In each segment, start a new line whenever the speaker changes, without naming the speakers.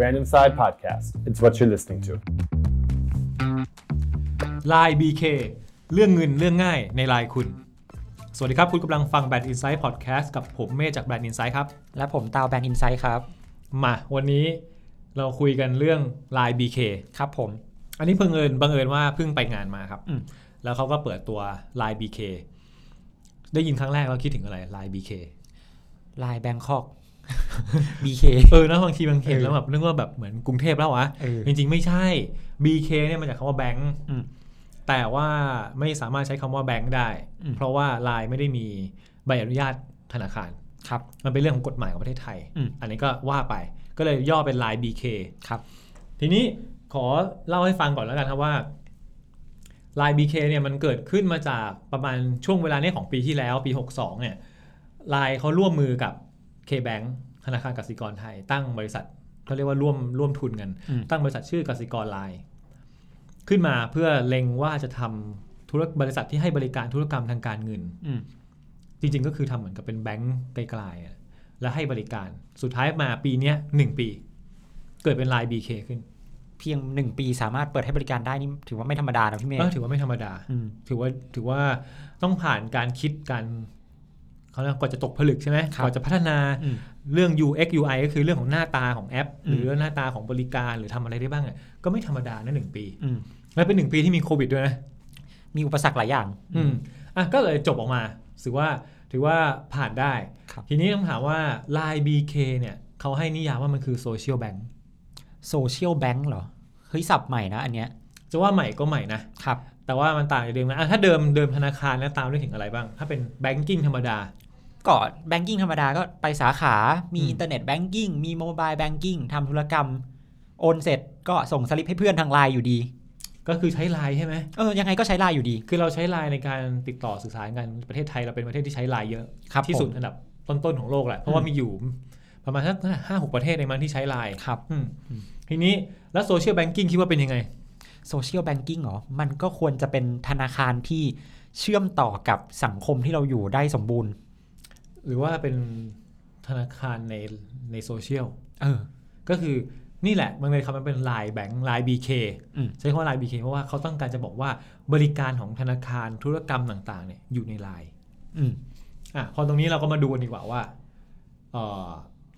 Random Side Podcast. It's what you're listening to.
Line BK เรื่องเงินเรื่องง่ายใน Line คุณ สวัสดีครับ คุณกำลังฟัง Brand Insight Podcast กับผมเมฆจาก Brand Insight ครับ
และผมตาวแบนอินไซด์ครับ
มาวันนี้เราคุยกันเรื่อง Line BK
ครับผม
อันนี้เพิ่งเอิญบังเอิญว่าเพิ่งไปงานมาครับ
อืม
แล้วเขาก็เปิดตัว Line BK ได้ยินครั้งแรกเราคิดถึงอะไร Line BK
ลายแบงค อก BK
เออนะบางทีบางเห็นแล้วแบบนึกว่าแบบเหมือนกรุงเทพแล้ววะ
เออ
จริงๆไม่ใช่ BK เนี่ยมาจากคำว่าแบงค์
อืม
แต่ว่าไม่สามารถใช้คำว่าแบงค์ได้
อืม
เพราะว่า Line ไม่ได้มีใบอนุญาตธนาคาร
ครับ
มันเป็นเรื่องของกฎหมายของประเทศไทย
อืม
อันนี้ก็ว่าไป ก็เลยย่อเป็น Line BK
ครับ
ทีนี้ขอเล่าให้ฟังก่อนแล้วกันครับว่า Line BK เนี่ยมันเกิดขึ้นมาจากประมาณช่วงเวลาเนี้ของปีที่แล้วปี 62 เนี่ย Line เขาร่วมมือกับ KBank ธนาคารกสิกรไทย ตั้งบริษัทเขาเรียกว่าร่วมร่วมทุนกัน
อืม
ตั้งบริษัทชื่อกสิกรไลน์ขึ้นมาเพื่อเล็งว่าจะทำธุรบริษัทที่ให้บริการธุรกรรมทางการเงิน
อืม
จริงๆ ก็คือทำเหมือนกับเป็นแบงก์ไกลๆอะแล้วให้บริการสุดท้ายมาปีเนี้ยหนึ่งปี เกิดเป็นลาย BK ขึ้น
เพียงหนึ่งปีสามารถเปิดให้บริการได้นี่ถือว่าไม่ธรรมดานะพี่เมย์
เออถือว่าไม่ธรรมดา
อืม
ถือว่าถือว่าต้องผ่านการคิดการเขาเรียกว่ากว่าจะตกผลึกใช่ไหม
ครับ
กว่าจะพัฒนา
อืม
เรื่อง UX UI ก็คือเรื่องของหน้าตาของแอป
อืม
หรือหน้าตาของบริการหรือทำอะไรได้บ้างเนี่ยก็ไม่ธรรมดานะหนึ่งปี
อืม
และเป็นหนึ่งปีที่มีโควิดด้วยนะ
มีอุปสรรคหลายอย่าง
อืมอ่ะก็เลยจบออกมาถือว่าถือว่าผ่านได้
ครับ
ทีนี้ต้องถามว่า Line BK เนี่ยเขาให้นิยามว่ามันคือโซเชียลแบง k
โซเชียลแบงค์เหรอ เฮ้ยสับใหม่นะอันเนี้ย
จะว่าใหม่ก็ใหม่นะ
ครับ
แต่ว่ามันต่างจากเดิมนะอ่ะถ้าเดิมเดิมธนาคารแล้วตามด้วยถึงอะไรบ้าง ถ้าเป็นแบงกิ้งธรรมดา
ก่อนแบงกิ้งธรรมดาก็ไปสาขา มี
อืม
อินเทอร์เน็ตแบงกิ้ง มีโมบายแบงกิ้งทำธุรกรรม โอนเสร็จก็ส่งสลิปให้เพื่อนทางไลน์อยู่ดี
ก็คือใช้ไลน์ใช่ไหม
เออ ยังไงก็ใช้ไลน์อยู่ดี
คือเราใช้ไลน์ในการติดต่อสื่อสารกันประเทศไทยเราเป็นประเทศที่ใช้ไลน์เยอะ
ครับ
ที่สุด
ผม
อันดับต้นๆของโลกแหละเพราะว่ามีอยู่ประมาณสักห้าหกประเทศในมันที่ใช้ไลน์
ครับ
อืมทีนี้แล้วโซเชียลแบงกิ้งคิดว่าเป็นยังไง
โซเชียลแบงกิ้งเหรอ มันก็ควรจะเป็นธนาคารที่เชื่อมต่อกับสังคมที่เราอยู่ได้สมบูรณ์
หรือว่าเป็นธนาคารในในโซเชียล
เออ
ก็คือนี่แหละมันเลยคำมันเป็นลายแบงค์ลาย BK
อืม
ใช้คำว่าลาย BK เพราะว่าเขาต้องการจะบอกว่าบริการของธนาคารธุรกรรมต่างๆเนี่ยอยู่ในลาย
อืม
อ่ะพอตรงนี้เราก็มาดูกันดีกว่าว่าเอ่อ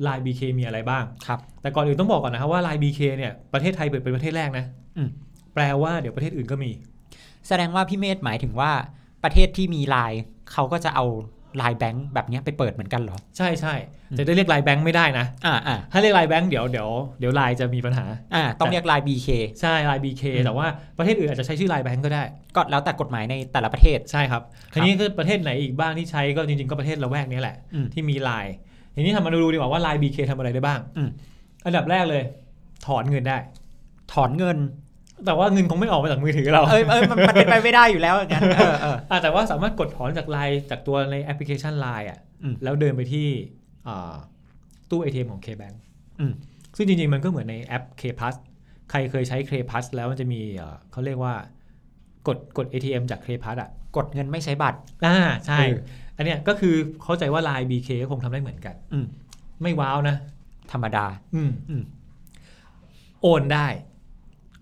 ลาย BK มีอะไรบ้าง
ครับ
แต่ก่อนอื่นต้องบอกก่อนนะครับว่าลาย BK เนี่ยประเทศไทยเปิดเป็นประเทศแรกนะ
อืม
แปลว่าเดี๋ยวประเทศอื่นก็มี
แสดงว่าพี่เมธหมายถึงว่าประเทศที่มีไลน์เขาก็จะเอาไลน์แบงค์แบบเนี้ยไปเปิดเหมือนกันเหรอ
ใช่ใช่
อืม
แต่ได้เรียกลายแบงค์ไม่ได้นะ
อ่าอ่า
ถ้าเรียกลายแบงค์เดี๋ยวเดี๋ยวเดี๋ยวลายจะมีปัญหา
อ่า ต้อง
แต่
เรียกไลน์ BK
ใช่ลาย BK แต่ว่าประเทศอื่นอาจจะใช้ชื่อลายแบงค์ก็ได้
ก็แล้วแต่กฎหมายในแต่ละประเทศ
ใช่ครับ
ครับ
ทีนี้คือประเทศไหนอีกบ้างที่ใช้ก็จริงๆ ก็ประเทศละแวกนี้แหละ
อืม
ที่มีไลน์ทีนี้ทำมาดูดีกว่าว่าไลน์ BK ทำอะไรได้บ้าง
อืม
อันดับแรกเลย ถอนเงินได้
ถอนเงิน
แต่ว่าเงินคงไม่ออกมาจากมือถือเรา
เอ้ยเอ้ยมันมันเป็นไปไม่ได้อยู่แล้วอย่างนั้นเออเออ
อ่ะแต่ว่าสามารถกดถอนจากไลน์จากตัวในแอปพลิเคชันไลน์อ่ะ
อืม
แล้วเดินไปที่อ่าตู้ ATM ของ KBank
อืม
ซึ่งจริงๆ มันก็เหมือนในแอป K Plus ใครเคยใช้ K Plus แล้วมันจะมีเอ่อเขาเรียกว่ากดกด ATM จาก K Plus อ่ะ
กดเงินไม่ใช้บัตร
อ่าใช่
เออ
อันเนี้ยก็คือเข้าใจว่าลาย BK ก็คงทำได้เหมือนกัน
อืม
ไม่ว้าวนะ
ธรรมดา
อืม
อืม
โอนได้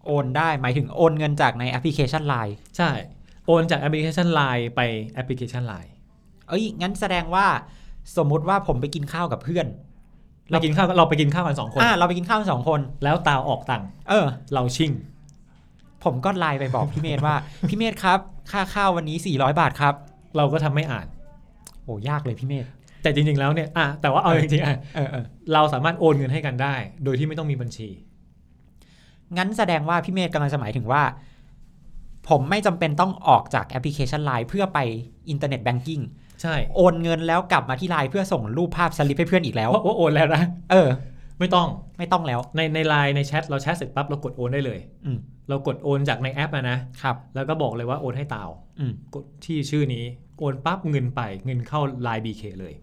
โอนได้หมายถึงโอนเงินจากในแอปพลิเคชันไลน์
ใช่ โอนจากแอปพลิเคชัน Line ไปแอปพลิเคชัน Line
เอ้ย งั้นแสดงว่าสมมุติว่าผมไปกินข้าวกับเพื่อน
เรากินข้าวเราไปกินข้าวกันสองคน
อ่า เราไปกินข้าวสองคน
แล้วตาวออกตังค์
เออ
เราชิ่ง
ผมก็ไลน์ไปบอกพี่เมธว่า พี่เมธครับ ค่าข้าววันนี้ 400 บาทครับ
เราก็ทำไม่อ่าน
โอ้ยากเลยพี่เมธ
แต่จริง ๆ แล้วเนี่ยอ่ะแต่ว่าเอาจริงๆอ่ะ
เออเออ
เราสามารถโอนเงินให้กันได้ โดยที่ไม่ต้องมีบัญชี
งั้นแสดงว่าพี่เมธกำลังจะหมายถึงว่า ผมไม่จำเป็นต้องออกจากแอปพลิเคชันไลน์เพื่อไปอินเทอร์เน็ตแบงกิ้ง
ใช่
โอนเงินแล้วกลับมาที่ไลน์เพื่อส่งรูปภาพสลิปให้เพื่อนอีกแล้ว
เพราะว่าโอนแล้วนะ
เออ
ไม่ต้อง
ไม่ต้องแล้ว
ในในไลน์ในแชทเราแชทเสร็จปั๊บเรากดโอนได้เลย
อืม
เรากดโอนจากในแอปอะนะครับ แล้วก็บอกเลยว่าโอนให้ตาว
อืม
กดที่ชื่อนี้โอนปั๊บเงินไปเงินเข้า Line BK เลย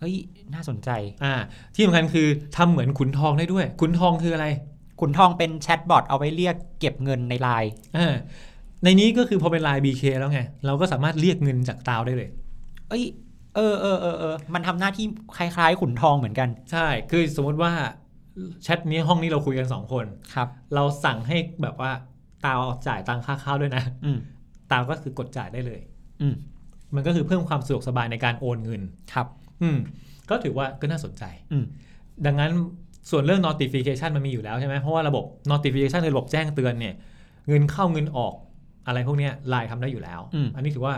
เฮ้ยน่าสนใจ
อ่าที่สำคัญคือทำเหมือนขุนทองได้ด้วย ขุนทองคืออะไร
ขุนทองเป็นแชทบอทเอาไว้เรียกเก็บเงินในไลน์
อ่าในนี้ก็คือพอเป็น Line BK แล้วไง เราก็สามารถเรียกเงินจากตาวได้เลย
เอ้ย เออเออเออเออ มันทำหน้าที่คล้ายๆ ขุนทองเหมือนกัน
ใช่ คือสมมติว่า แชทนี้ห้องนี้เราคุยกันสองคน
ครับ
เราสั่งให้แบบว่าตาวจ่ายตังค่าข้าวด้วยนะ
อืม
ตาวก็คือกดจ่ายได้เลย
อืม
มันก็คือเพิ่มความสะดวกสบายในการโอนเงิน
ครับ
อืม ก็ถือว่าก็น่าสนใจ
อืม
ดังนั้นส่วนเรื่อง notification มันมีอยู่แล้วใช่ไหมเพราะว่าระบบ notification คือระบบแจ้งเตือนเนี่ย เงินเข้าเงินออกอะไรพวกเนี้ยไลน์ทำได้อยู่แล้ว
อืม
นนี้ถือว่า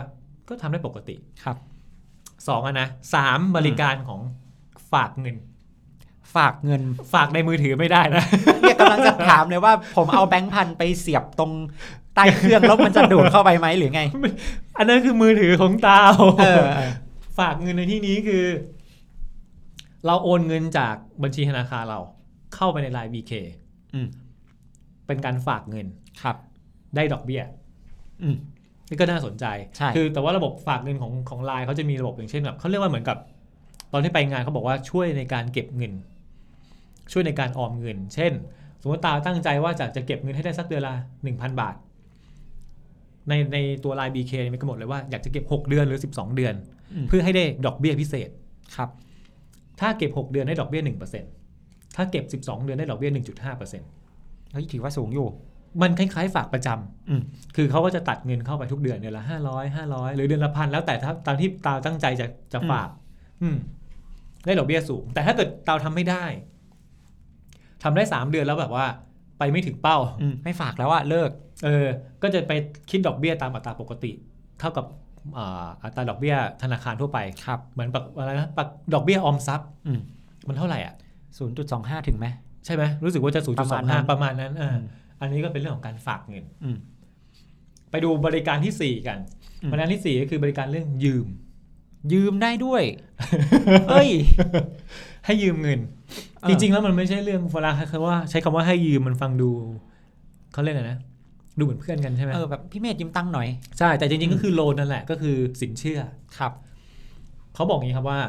ก็ทำได้ปกติ
ครับ
สองอะนะสามบริการของฝากเงิน
ฝากเงิน
ฝากในมือถือไม่ได้นะ
เนี่ยกำลังจะถามเลยว่า ผมเอาแบงค์พันไปเสียบตรงใต้เครื่องแล้วมันจะดูดเข้าไปไหมหรือไง
อันนั้นคือมือถือของตาว
เออเออ
ฝากเงินในที่นี้คือ เราโอนเงินจากบัญชีธนาคารเรา เข้าไปในไลน์ BK
อืม
เป็นการฝากเงิน
ครับ
ได้ดอกเบี้ย
อืม
นี่ก็น่าสนใจ
ใช่
คือแต่ว่าระบบฝากเงินของของไลน์เขาจะมีระบบอย่างเช่นแบบเขาเรียกว่าเหมือนกับ ตอนที่ไปงานเขาบอกว่าช่วยในการเก็บเงิน ช่วยในการออมเงิน เช่น สมมติตาตั้งใจว่าจะจะเก็บเงินให้ได้สักเดือนละหนึ่งพันบาท ในในตัวไลน์บีเคมีกำหนดเลยว่าอยากจะเก็บ 6 เดือนหรือ 12 เดือน
อืม
เพื่อให้ได้ดอกเบี้ยพิเศษ
ครับ
ถ้าเก็บ 6 เดือนได้ดอกเบี้ย1%ถ้าเก็บ 12 เดือนได้ดอกเบี้ย1.5%
เฮ้ยถือว่าสูงอยู่
มันคล้ายๆ ฝากประจำ
อืม
คือเขาก็จะตัดเงินเข้าไปทุกเดือนเดือนละห้าร้อยห้าร้อยหรือเดือนละพันแล้วแต่ถ้าตามที่ตาวตั้งใจจะจะฝาก อืม ได้ดอกเบี้ยสูง แต่ถ้าเกิดตาวทำไม่ได้ทำได้สามเดือนแล้วแบบว่า ไปไม่ถึงเป้า
อืม ไม่ฝากแล้วอะเลิก
เออ ก็จะไปคิดดอกเบี้ยตามอัตราปกติ เท่ากับอ่าอัตราดอกเบี้ยธนาคารทั่วไป
ครับ
เหมือนแบบอะไรนะปกดอกเบี้ยออมทรัพย์
อืม
มันเท่าไหร่อ่ะ
ศูนย์จุดสองห้าถึงไหม
ใช่ไหมรู้สึกว่าจะ 0.25
ประมาณนั้น
ประมาณนั้นเอออันนี้ก็เป็นเรื่องของการฝากเงิน
อืม
ไปดูบริการที่สี่กัน
อืม
บริการที่สี่ก็คือบริการเรื่องยืม
ยืมได้ด้วย เฮ้ย
ให้ยืมเงิน
เออ
จริง ๆ แล้วมันไม่ใช่เรื่องเวลาคือว่า ใช้คำว่าให้ยืมมันฟังดูเขาเรียกอะไรนะ ดูเหมือนเพื่อนกันใช่ไหม
เออแบบพี่เมธยืมตังค์หน่อย
ใช่ แต่จริง ๆ ก็คือโลนนั่นแหละก็คือสินเชื่อ
ครับ
เขาบอกอย่างนี้ครับว่า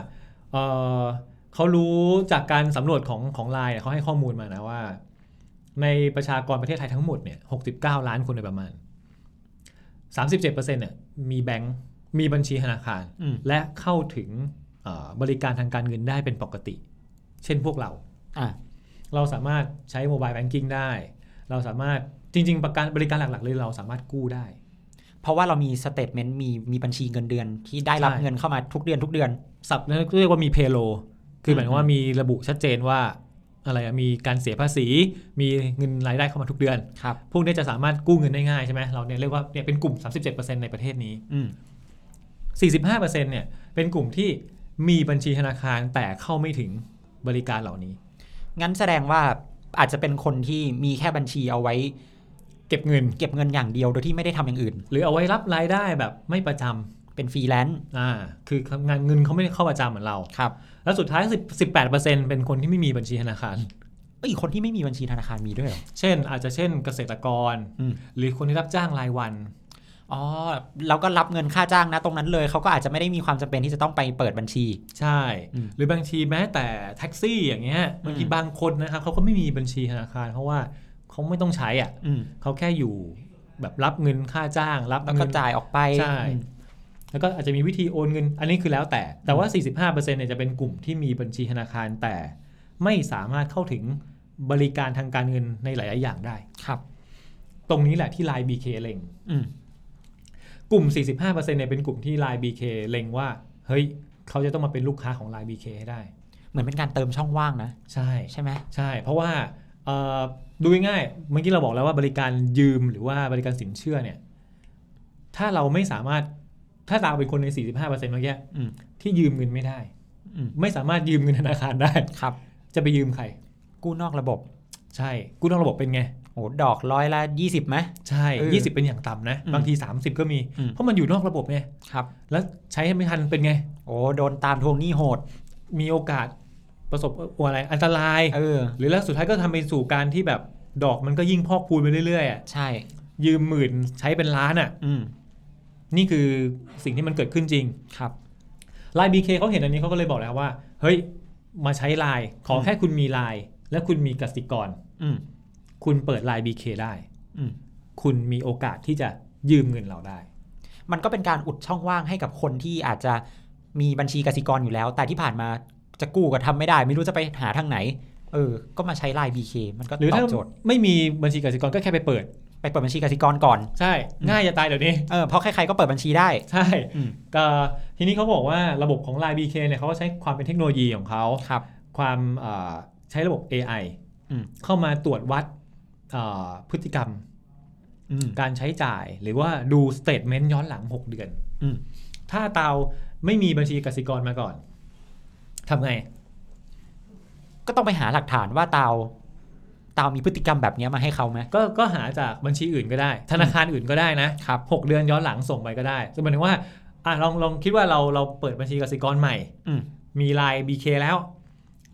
เอ่อเขารู้จากการสำรวจของของไลน์เขาให้ข้อมูลมานะว่า ในประชากรประเทศไทยทั้งหมดเนี่ย69 ล้านคนโดยประมาณ 37%เนี่ยมีแบงค์มีบัญชีธนาคาร
อืม
และเข้าถึงเอ่อบริการทางการเงินได้เป็นปกติ เช่นพวกเรา
อ่ะ
เราสามารถใช้โมบายแบงกิ้งได้ เราสามารถจริง ๆ ประกันบริการหลักๆเลยเราสามารถกู้ได้
เพราะว่าเรามีสเตทเมนต์มีมีบัญชีเงินเดือนที่ได้รับ
ใช่
เงินเข้ามาทุกเดือนทุกเดือน
ศัพท์นั้นเรียกว่ามีเพโล คือหมายความ
อื
ว่าม มีระบุชัดเจนว่าอะไรอะมีการเสียภาษี มีเงินรายได้เข้ามาทุกเดือน
ครับ
พวกเนี้ยจะสามารถกู้เงินได้ง่ายใช่ไหมเราเนี่ยเรียกว่าเนี่ยเป็นกลุ่ม 37%ในประเทศนี้
อืม
45%เนี่ยเป็นกลุ่มที่มีบัญชีธนาคารแต่เข้าไม่ถึงบริการเหล่านี้
งั้นแสดงว่าอาจจะเป็นคนที่มีแค่บัญชีเอาไว้
เก็บเงิน
เก็บเงินอย่างเดียวโดยที่ไม่ได้ทำอย่างอื่น
หรือเอาไว้รับรายได้แบบไม่ประจำ
เป็นฟรีแลนซ์
อ่าคืองานเงินเขาไม่ได้เข้าประจำเหมือนเรา
ครับ
แล้วสุดท้าย 10 18%เป็นคนที่ไม่มีบัญชีธนาคาร
เอ้ยคนที่ไม่มีบัญชีธนาคารมีด้วยเหรอ
เช่น อาจจะเช่นเกษตรกร
อืม
หรือคนที่รับจ้างรายวัน
อ๋อเราก็รับเงินค่าจ้างนะตรงนั้นเลยเขาก็อาจจะไม่ได้มีความจำเป็นที่จะต้องไปเปิดบัญชี
ใช่
อืม
หรือบางทีแม้แต่แท็กซี่อย่างเงี้ยบางที
อืม
บางคนนะครับเขาก็ไม่มีบัญชีธนาคาร เพราะว่าเขาไม่ต้องใช้อ่ะ
อืม
เขาแค่อยู่แบบรับเงินค่าจ้าง รับ
แล้ว
เงิ
ก็จ่ายออกไป
ใช่
อืม
แล้วก็อาจจะมีวิธีโอนเงิน อันนี้คือแล้วแต่ แต่ว่า 45%เนี่ยจะเป็นกลุ่มที่มีบัญชีธนาคารแต่ไม่สามารถเข้าถึงบริการทางการเงินในหลาย ๆ อย่างได้
ครับ
ตรงนี้แหละที่ Line BK เล็ง
อืม
กลุ่ม 45%เนี่ยเป็นกลุ่มที่ Line BK เล็งว่า เฮ้ย เขาจะต้องมาเป็นลูกค้าของ Line BK ให้ได้
เหมือนเป็นการเติมช่องว่างนะ
ใช่
ใช่ไหม
ใช่ เพราะว่าเอ่อดูง่ายๆเมื่อกี้เราบอกแล้วว่าบริการยืมหรือว่าบริการสินเชื่อเนี่ย ถ้าเราไม่สามารถ ถ้าเราเป็นคนใน 45%เมื่อกี้
อืม
ที่ยืมเงินไม่ได้
อืม
ไม่สามารถยืมเงินธนาคารได้
ครับ
จะไปยืมใคร
กู้นอกระบบ
ใช่กู้นอกระบบเป็นไง
โหดอกร้อยละยี่สิบไหม
ใช่
เออ
20 เป็นอย่างต่ำนะ
อืม
บางที 30 ก็มี
อืม
เพราะมันอยู่นอกระบบไง
ครับ
แล้วใช้ไม่ทันเป็นไง
โอ้โดนตามทวงหนี้โหด
มีโอกาสประสบอะไรอันตราย
เออ
หรือแล้วสุดท้ายก็ทำไปสู่การที่แบบดอกมันก็ยิ่งพอกพูนไปเรื่อยๆอะ
ใช่
ยืมหมื่นใช้เป็นล้านอ่ะ
อืม
นี่คือสิ่งที่มันเกิดขึ้นจริง
ครับ
ไลน์บีเคเขาเห็นอันนี้เขาก็เลยบอกแล้วว่า เฮ้ย มาใช้ไลน์ขอแค่คุณมีไลน์และคุณมีกสิกร
อืม
คุณเปิดไลน์บีเคได้
อืม
คุณมีโอกาสที่จะยืมเงินเราได้
มันก็เป็นการอุดช่องว่างให้กับคนที่อาจจะมีบัญชีกสิกรอยู่แล้ว แต่ที่ผ่านมาจะกู้ก็ทำไม่ได้ ไม่รู้จะไปหาทางไหน เออ ก็มาใช้ไลน์ BK มันก็
หรือ
ตอ
ถ้า
บโจทย์
ไม่มีบัญชีกสิกรก็แค่ไปเปิด
ไปเปิดบัญชีกสิกรก่อน
ใช่ ง่ายจะตายเดี๋ยวนี้
เออเพราะใครๆก็เปิดบัญชีได้
ใช่
อืม
ก็ทีนี้เขาบอกว่าระบบของ Line BK เนี่ยเขาก็ใช้ความเป็นเทคโนโลยีของเขา
ครับ
ความเอ่อใช้ระบบ AI
อืม
เข้ามาตรวจวัดเอ่อพฤติกรรม
อืม
การใช้จ่าย หรือว่าดูสเต t เมนต์ย้อนหลัง 6 เดือน
อืม
ถ้าเตาไม่มีบัญชีกสิกรมาก่อนทำไง
ก็ต้องไปหาหลักฐานว่าเตาเตามีพฤติกรรมแบบเนี้ยมาให้เขาไหม
ก็ก็หาจากบัญชีอื่นก็ได้ ธนาคารอื่นก็ได้นะครับ หกเดือนย้อนหลังส่งไปก็ได้ซึ่งหมายถึงว่าอ่ะลองลองคิดว่าเราเราเปิดบัญชีกสิกรใหม่
อืม
มีไลน์ BK แล้ว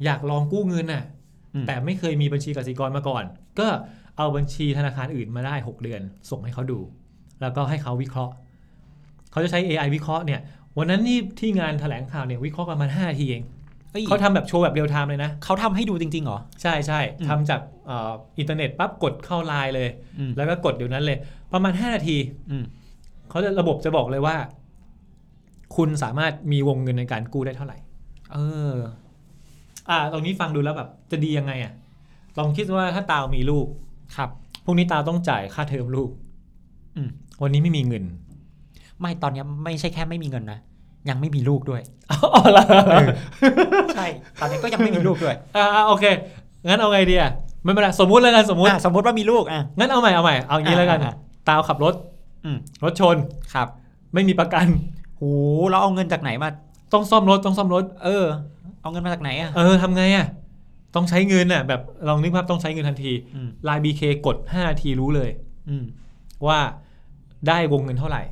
อยากลองกู้เงินน่ะ
อืม
แต่ไม่เคยมีบัญชีกสิกรมาก่อน ก็เอาบัญชีธนาคารอื่นมาได้ 6 เดือน ส่งให้เขาดู แล้วก็ให้เขาวิเคราะห์ เขาจะใช้ AI วิเคราะห์เนี่ย วันนั้นนี่ที่งานถแถลงข่าวเนี่ยวิเคราะห์ประมาณ5นาทีเอง
เอ้ย
เขาทำแบบโชว์แบบเรียลไทม์เลยนะ
เขาทำให้ดูจริงๆเหรอ
ใช่ใช่
อืม
ทำจากเอออินเทอร์เน็ตปั๊บกดเข้าไลน์เลย
อืม
แล้วก็กดเดี๋ยวนั้นเลย ประมาณ 5 นาที
อืม
เขาจะระบบจะบอกเลยว่า คุณสามารถมีวงเงินในการกู้ได้เท่าไหร่
เออ
อ่าตรงนี้ฟังดูแล้วแบบจะดียังไงอ่ะ ลองคิดว่าถ้าตาวมีลูก
ครับ
พรุ่งนี้ตาวต้องจ่ายค่าเทอมลูก
อืม
วันนี้ไม่มีเงิน
ไม่ตอนเนี้ยไม่ใช่แค่ไม่มีเงินนะยังไม่มีลูกด้วย
อ๋อเหรอ
เออ ใช่ ตอนนี้ก็ยังไม่มีลูกด้วย
อ่าโอเค งั้นเอาไงดีอ่ะไม่เป็นไรสมมุติแล้วกันสมมุติ
อ่ะสมมติว่ามีลูกอ่ะ
งั้นเอาใหม่เอาใหม่ เอางี้แล้วกัน
อ่าอ่า
ตาวขับรถ
อืม
รถชน
ครับ
ไม่มีประกัน
โหเราเอาเงินจากไหนมา
ต้องซ่อมรถต้องซ่อมรถ
เออ เอาเงินมาจากไหนอ่ะ
เออทำไงอ่ะ ต้องใช้เงินอ่ะ แบบลองนึกภาพต้องใช้เงินทันที
อืม
ไลน์บีเคกด5นาทีรู้เลย
อืม
ว่าได้วงเงินเท่าไหร่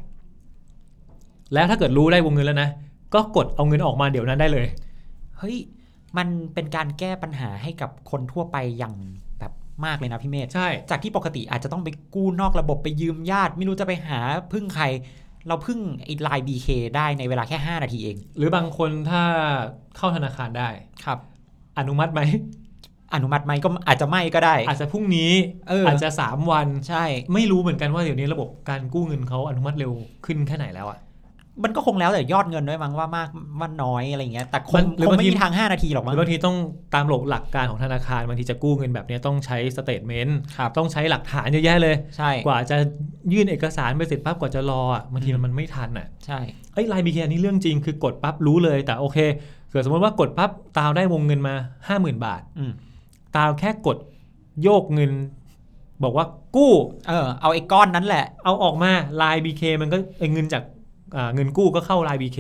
แล้วถ้าเกิดรู้ได้วงเงินแล้วนะ ก็กดเอาเงินออกมาเดี๋ยวนั้นได้เลย
เฮ้ยมันเป็นการแก้ปัญหาให้กับคนทั่วไปอย่างแบบมากเลยนะพี่เมธ
ใช่
จากที่ปกติอาจจะต้องไปกู้นอกระบบไปยืมญาติ ไม่รู้จะไปหาพึ่งใคร เราพึ่งไอ้ไลน์บีเคได้ในเวลาแค่ 5 นาทีเอง
หรือบางคนถ้าเข้าธนาคารได้
ครับ
อนุมัติไหม
อนุมัติไหมก็อาจจะไม่ก็ได้
อาจจะพรุ่งนี้
เอออ
อาจจะ 3 วัน
ใช่
ไม่รู้เหมือนกันว่าเดี๋ยวนี้ระบบการกู้เงินเขาอนุมัติเร็วขึ้นแค่ไหนแล้วอะ
มันก็คงแล้วแต่ยอดเงินด้วยมั้งว่ามากว่าน้อยอะไรอย่างเงี้ยแต่ค
มั
ง
นหรือ
คง
บาง
ไม่
ที
มีทาง 5 นาทีหรอก
ห
มั้
รื
ง
อบางทีต้องตามหลักหลักการของธนาคารบางทีจะกู้เงินแบบเนี้ยต้องใช้สเตทเมนต์
ครับ
ต้องใช้หลักฐานเยอะแยะเลย
ใช่
กว่าจะยื่นเอกสารไปเสร็จปั๊บกว่าจะรออะบางทีมันไม่ทันอะ
ใช่
เอ้ยไลน์บีเคอันนี้เรื่องจริงคือกดปั๊บรู้เลยแต่โอเคเกิดสมมติว่ากดปั๊บตาวได้วงเงินมา 50,000 บาท
อืม
ตาวแค่กดโยกเงิน บอกว่ากู้
เออเอาไอ้ก้อนนั้นแหละ
เอาออกมาไลน์บีเคมันก็เอ้ยเงินจากอ่าเงินกู้ก็เข้าไลน์บีเค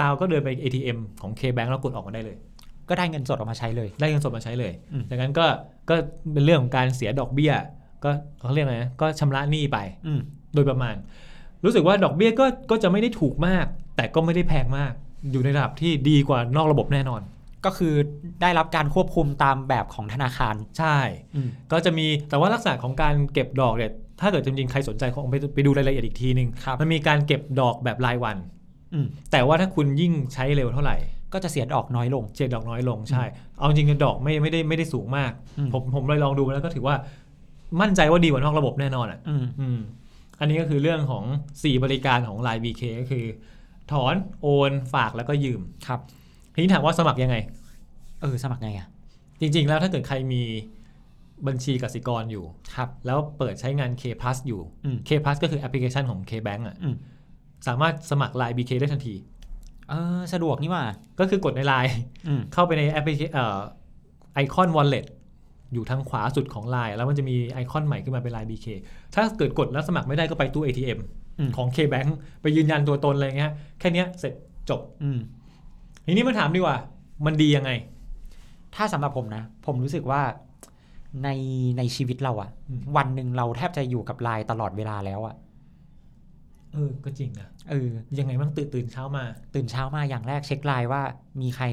ตาวก็เดินไป ATM ของ K-Bank แล้วกดออกมาได้เลย
ก็ได้เงินสดออกมาใช้เลย
ได้เงินสดมาใช้เลย
อืม
ดังนั้นก็ก็เป็นเรื่องของการเสียดอกเบี้ย ก็เขาเรียกอะไรนะก็ชำระหนี้ไป
อืม
โดยประมาณ รู้สึกว่าดอกเบี้ยก็ก็จะไม่ได้ถูกมาก แต่ก็ไม่ได้แพงมาก อยู่ในระดับที่ดีกว่านอกระบบแน่นอน
ก็คือได้รับการควบคุมตามแบบของธนาคาร
ใช่
อืม
ก็จะมีแต่ว่าลักษณะของการเก็บดอกเนี่ย ถ้าเกิดจริงๆ ใครสนใจคงไปไปดูรายละเอียดอีกทีนึง
ครับ
มันมีการเก็บดอกแบบรายวัน
อืม
แต่ว่าถ้าคุณยิ่งใช้เร็วเท่าไหร่
ก็จะเสียดอกน้อยลง
เจ็ดดอกน้อยลงใช่ เอาจริงๆดอกไม่ไม่ได้ไม่ได้สูงมาก
อืม
ผมผมเลยลองดูแล้วก็ถือว่ามั่นใจว่าดีกว่านอกระบบแน่นอนอ่ะ
อืม
อืม อันนี้ก็คือเรื่องของ 4 บริการของ Line BK ก็คือ ถอนโอนฝากแล้วก็ยืม
ครับ
ทีนี้ถามว่าสมัครยังไง
เออสมัครไงอ่ะ
จริง ๆ แล้วถ้าเกิดใครมีบัญชีกสิกรอยู่
ครับ
แล้วเปิดใช้งาน K Plus อยู่
อืม
K Plus ก็คือแอปพลิเคชันของ K Bank อ่ะ
อืม
สามารถสมัคร Line BK ได้ทันที
เออสะดวกนี่หว่า
ก็คือกดใน Line
อืม
เข้าไปในแอปพลิเคเอ่อไอคอน Wallet อยู่ทางขวาสุดของ Line แล้วมันจะมีไอคอนใหม่ขึ้นมาเป็น Line BK ถ้าเกิดกดแล้วสมัครไม่ได้ก็ไปตู้ ATM
อืม
ของ K Bank ไปยืนยันตัวตนอะไรเงี้ย แค่เนี้ยเสร็จจบ
อืม
ทีนี้มาถามดีกว่า มันดียังไง
ถ้าสำหรับผมนะ ผมรู้สึกว่าในในชีวิตเราอะ
อืม
วันหนึ่งเราแทบจะอยู่กับไลน์ตลอดเวลาแล้วอะ
เออ ก็จริงนะ
เออ
ยังไงบ้างตื่นตื่นเช้ามา
ตื่นเช้ามาอย่างแรกเช็คไลน์ว่า มีใคร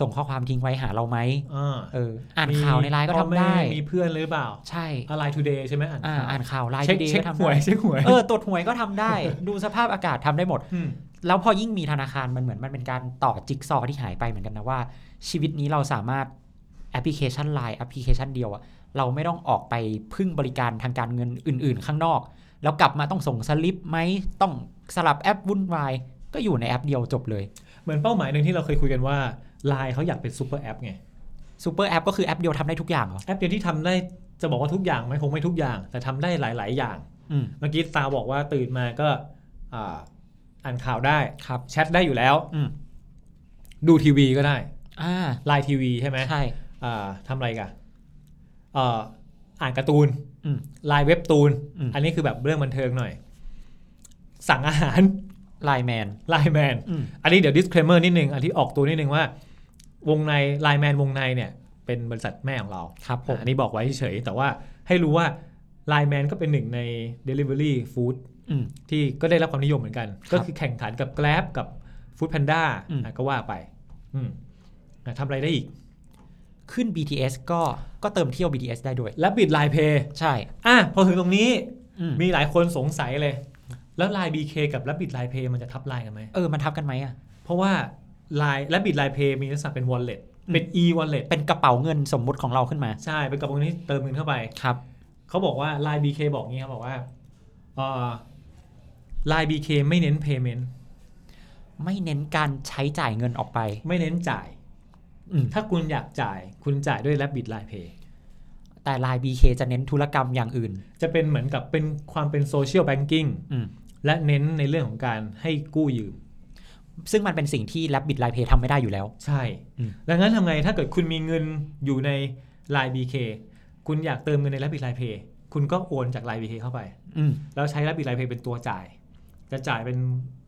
ส่งข้อความทิ้งไว้หาเราไหม
อ่า
เออ อ่านข่าวในไลน์ก็ทำ
พ่อแม่
ได้
มีเพื่อนหรือเปล่า
ใช่
อะไร today ใช่ไหมอ่าน
อ่า
ข่าว
อ่านข่าวไลน์
เช็ค
ดี
เช็ค
ก็ทำ
หวย
ได้
เช็คหวย
เออตรวจหวยก็ทำได้ ดูสภาพอากาศทำได้หมด
ม
แล้วพอยิ่งมีธนาคารมันเหมือนมันเป็นการต่อจิ๊กซอว์ที่หายไปเหมือนกันนะว่า ชีวิตนี้เราสามารถแอปพลิเคชันไลน์แอปพลิเคชันเดียวอะเราไม่ต้องออกไปพึ่งบริการทางการเงินอื่น ๆ ข้างนอก แล้วกลับมาต้องส่งสลิปไหมต้องสลับแอปวุ่นวายก็อยู่ในแอปเดียวจบเลย
เหมือนเป้าหมายหนึ่งที่เราเคยคุยกันว่า Line เขาอยากเป็นซูเปอร์แอปไง
ซูเปอร์แอปก็คือแอปเดียวทำได้ทุกอย่างเหรอ
แอปเดียวที่ทำได้จะบอกว่าทุกอย่างไหมคงไม่ทุกอย่าง แต่ทำได้หลาย ๆ อย่าง
อืม
เมื่อกี้ตาบอกว่าตื่นมาก็อ่าอ่านข่าวได้
ครับ
แชทได้อยู่แล้ว
อืม
ดูทีวีก็ได้
อ่า
ไลน์ทีวีใช่ไหม
ใช่
อ่าทำอะไรกันอ่าอ่านการ์ตูน
อืม
ไลน์เว็บตูน
อืม
อันนี้คือแบบเรื่องบันเทิงหน่อย สั่งอาหาร
ไลแมน
ไลน์แมน
อืม
อันนี้เดี๋ยว disclaimer นิดนึง อันที่ออกตัวนิดนึงว่า วงในไลแมนวงในเนี่ย เป็นบริษัทแม่ของเรา
ครับผม
อันนี้บอกไว้เฉยๆแต่ว่าให้รู้ว่าไลแมนก็เป็นหนึ่งใน delivery food
อืม
ที่ก็ได้รับความนิยมเหมือนกัน
ครับ
ก็คือแข่งขันกับ Grab กับ Food Panda
อืม
อ่ะก็ว่าไปอืมอ่ะทำอะไรได้อีก
ขึ้น BTS ก็ก็เติมเที่ยว BTS ได้ด้วย
และบิดไลน์เพย์
ใช่
อ่ะพอถึงตรงนี้
อืม
มีหลายคนสงสัยเลย แล้วไลน์ BK กับและบิดไลน์เพย์มันจะทับไลน์กันไหม
เออมันทับกันไหมอ่ะ
เพราะว่าไลน์และบิดไลน์เพย์มีลักษณะเป็น wallet เป็น e wallet
เป็นกระเป๋าเงินสมมุติของเราขึ้นมา
ใช่ เป็นกระปุกที่เติมเงินเข้าไป
ครับ
เขาบอกว่าไลน์บีเคบอกงี้ครับบอกว่าเอ่อไลน์บีเคไม่เน้น payment
ไม่เน้นการใช้จ่ายเงินออกไป
ไม่เน้นจ่าย
อืม
ถ้าคุณอยากจ่าย คุณจ่ายด้วย Rabbit Line Pay
แต่ Line BK จะเน้นธุรกรรมอย่างอื่น
จะเป็นเหมือนกับเป็นความเป็น Social Banking
อืม
และเน้นในเรื่องของการให้กู้ยืม
ซึ่งมันเป็นสิ่งที่ Rabbit Line Pay ทำไม่ได้อยู่แล้ว
ใช่
อืม
ดังนั้นทำไงถ้าเกิดคุณมีเงินอยู่ใน Line BK คุณอยากเติมเงินใน Rabbit Line Pay คุณก็โอนจาก Line BK เข้าไป
อืม
แล้วใช้ Rabbit Line Pay เป็นตัวจ่าย จะจ่ายเป็น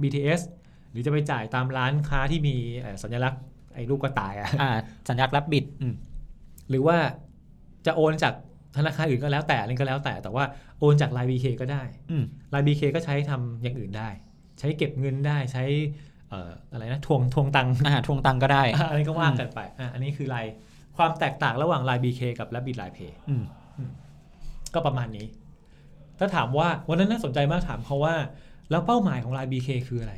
BTS หรือจะไปจ่ายตามร้านค้าที่มีเอ่อสัญลักษณ์ไอ้รูปกระต่ายอะ
อ่า สัญญาณ Rabbit อืม
หรือว่าจะโอนจากธนาคารอื่นก็แล้วแต่อะไรก็แล้วแต่ แต่ว่าโอนจาก Line BK ก็ได้
อืม
Line BK ก็ใช้ทำอย่างอื่นได้ ใช้เก็บเงินได้ใช้เอ่ออะไรนะทวงทวงตังค์
อ่าทวงตังก็ได้
อะไรก็ว่ากันไปอ่ะอันนี้คือไลน์ความแตกต่างระหว่าง Line BK กับ Rabbit Line Pay
อืม
ก็ประมาณนี้ ถ้าถามว่าวันนั้นน่าสนใจมากถามเขาว่า แล้วเป้าหมายของ Line BK คืออะไร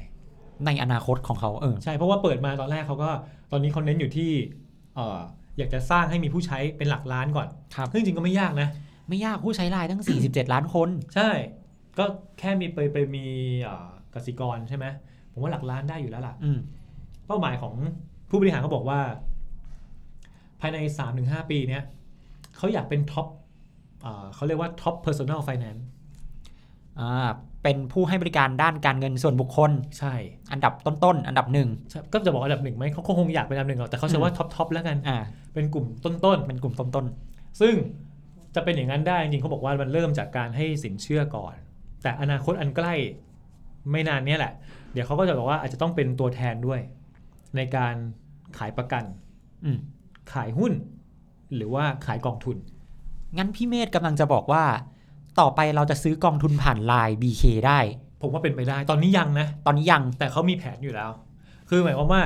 ในอนาคตของเขาเออ
ใช่ เพราะว่าเปิดมาตอนแรกเขาก็ตอนนี้เขาเน้นอยู่ที่เอ่ออยากจะสร้างให้มีผู้ใช้เป็นหลักล้านก่อน
ครับ
ซึ่งจริงก็ไม่ยากนะ
ไม่ยากผู้ใช้ไลน์ตั้ง 47 ล้านคน
ใช่ ก็แค่มีไปไปมีเอ่อกสิกรใช่ไหม ผมว่าหลักล้านได้อยู่แล้วล่ะ
อืม
เป้าหมายของผู้บริหารเขาบอกว่า ภายใน 3-5 ปีเนี้ยเขาอยากเป็นท็อปเอ่อเขาเรียกว่าท็อปเพอร์ซ l น i n ไฟแนนซ์
อ่าเป็นผู้ให้บริการด้านการเงินส่วนบุคคล
ใช่
อันดับต้นๆอันดับหนึ่ง
ใช่ ก็จะบอกอันดับหนึ่งไหมเขาคงอยากเป็นอันดับหนึ่งหรอกแต่เขา
อื
จะ
ม
ว่าท็อปท็อปแล้วกัน
อ่า
เป็นกลุ่มต้น
เป็นกลุ่มต้น
ๆ ซึ่งจะเป็นอย่างนั้นได้จริงๆเขาบอกว่ามันเริ่มจากการให้สินเชื่อก่อน แต่อนาคตอันใกล้ไม่นานเนี้ยแหละ เดี๋ยวเขาก็จะบอกว่าอาจจะต้องเป็นตัวแทนด้วย ในการขายประกัน
ๆอืม
ขายหุ้น หรือว่าขายกองทุน
งั้นพี่เมธกำลังจะบอกว่า ต่อไปเราจะซื้อกองทุนผ่านไลน์ BK ได้
ผมว่าเป็นไปได้ตอนนี้ยังนะ
ตอนนี้ยัง
แต่เขามีแผนอยู่แล้ว คือหมายความว่า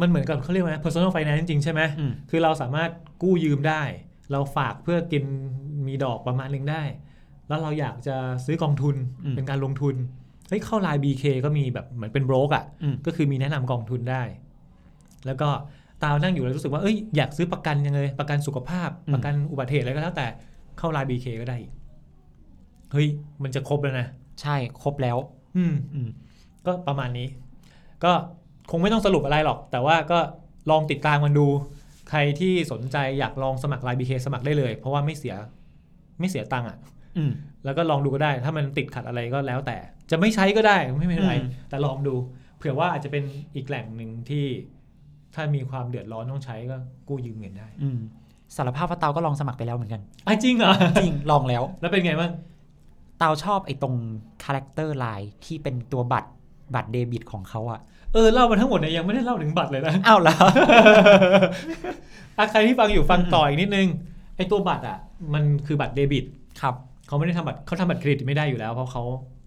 มันเหมือนกับเขาเรียกว่า personal finance จริงๆใช่ไหม
อืม
คือเราสามารถกู้ยืมได้ เราฝากเพื่อกินมีดอกประมาณหนึ่งได้ แล้วเราอยากจะซื้อกองทุนเป็นการลงทุนเฮ้ยเข้าไลน์ BK ก็มีแบบเหมือนเป็นโบรกอะ
อืม
ก็คือมีแนะนำกองทุนได้ แล้วก็ตาวนั่งอยู่แล้วรู้สึกว่า เอ้ย อยากซื้อประกันยังเลย ประกันสุขภาพ ประกันอุบัติเหตุอะไรก็แล้วแต่ เข้าไลน์บีเคก็ได้อีกเฮ้ย มันจะครบแล้วนะ
ใช่ครบแล้ว
อืม
อืม
ก็ประมาณนี้ ก็คงไม่ต้องสรุปอะไรหรอก แต่ว่าก็ลองติดตามมันดู ใครที่สนใจอยากลองสมัครไลน์บีเคสมัครได้เลย เพราะว่าไม่เสีย ไม่เสียตังค์อ่ะ
อืม
แล้วก็ลองดูก็ได้ ถ้ามันติดขัดอะไรก็แล้วแต่ จะไม่ใช้ก็ได้ไม่เป็นไร
อืม
แต่ลองดู เผื่อว่าอาจจะเป็นอีกแหล่งหนึ่งที่ ถ้ามีความเดือดร้อนต้องใช้ก็กู้ยืมเงิน ได้
อืมสารภาพว่าเตาก็ลองสมัครไปแล้วเห มือนกัน
อ่ะจริงเหรอ
จริง ลองแล้ว
แล้วเป็นไงบ้าง
เตาชอบไอ้ตรงคาแรคเตอร์ไลน์ที่เป็นตัวบัตรบัตรเดบิตของเขาอะ
เออเล่ามาทั้งหมดเนี่ยยังไม่ได้เล่าถึงบัตรเลยนะ
อ้าวแล้ว
อ่ะใครที่ฟังอยู่ฟังต่ออีกนิดนึงไอ้ตัวบัตรอ่ะ มันคือบัตรเดบิต
ครับ
เขาไม่ได้ทำบัตรเขาทำบัตรเครดิตไม่ได้อยู่แล้ว เพราะเขา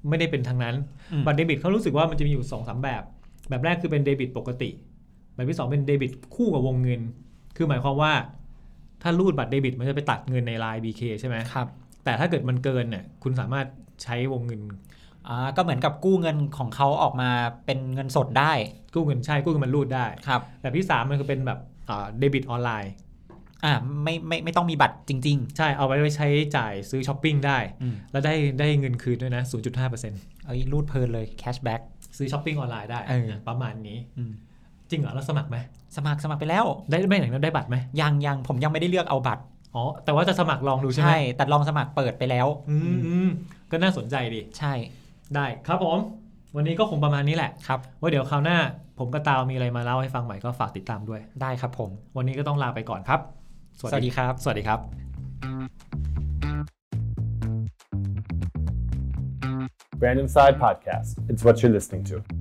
ไม่ได้เป็นทางนั้น
อืม
บัตรเดบิตเขารู้สึกว่ามันจะมีอยู่สองสามแบบ แบบแรกคือเป็นเดบิตปกติ แบบที่สองเป็นเดบิตคู่กับวงเงิน คือหมายความว่า ถ้ารูดบัตรเดบิตมันจะไปตัดเงินในไลน์ BK ใช่ไหม
ครับ
แต่ถ้าเกิดมันเกินเนี่ยคุณสามารถใช้วงเงิน
อ่าก็เหมือนกับกู้เงินของเขาออกมาเป็นเงินสดได้
กู้เงินใช่กู้เงินมันรูดได้
ครับ
แบบที่สามมันคือเป็นแบบอ่าเดบิตออนไลน์
อ่าไม่ไม่ไม่ต้องมีบัตรจริง
ใช่เอาไว้ไว้ใช้จ่ายซื้อช้อปปิ้งได้
ๆ อืม
แล้วได้ได้เงินคืนด้วยนะ 0.5%
เอ้ยรูดเพลินเลยแคชแบ็ก
ซื้อช้อปปิ้งออนไลน์ได้
เออ
ประมาณนี้
อืม
จริงเหรอเราสมัครไหม
สมัครสมัครไปแล้ว
ได้ไม่ไหนได้บัตรไหม
ยังยังผมยังไม่ได้เลือกเอาบัตร
อ๋อแต่ว่าจะสมัครลองดูใช่ไหม
ใช่ แต่ลองสมัครเปิดไปแล้ว
อืมอืมก็น่าสนใจดี
ใช่
ได้ครับผม วันนี้ก็คงประมาณนี้แหละ
ครับ
ว่าเดี๋ยวคราวหน้า ผมกับตาวมีอะไรมาเล่าให้ฟังใหม่ก็ฝากติดตามด้วย
ได้ครับผม
วันนี้ก็ต้องลาไปก่อนครับ
สวัสดีครับ
สวัสดีครับ
Brandon Side Podcast. It's what you're listening to.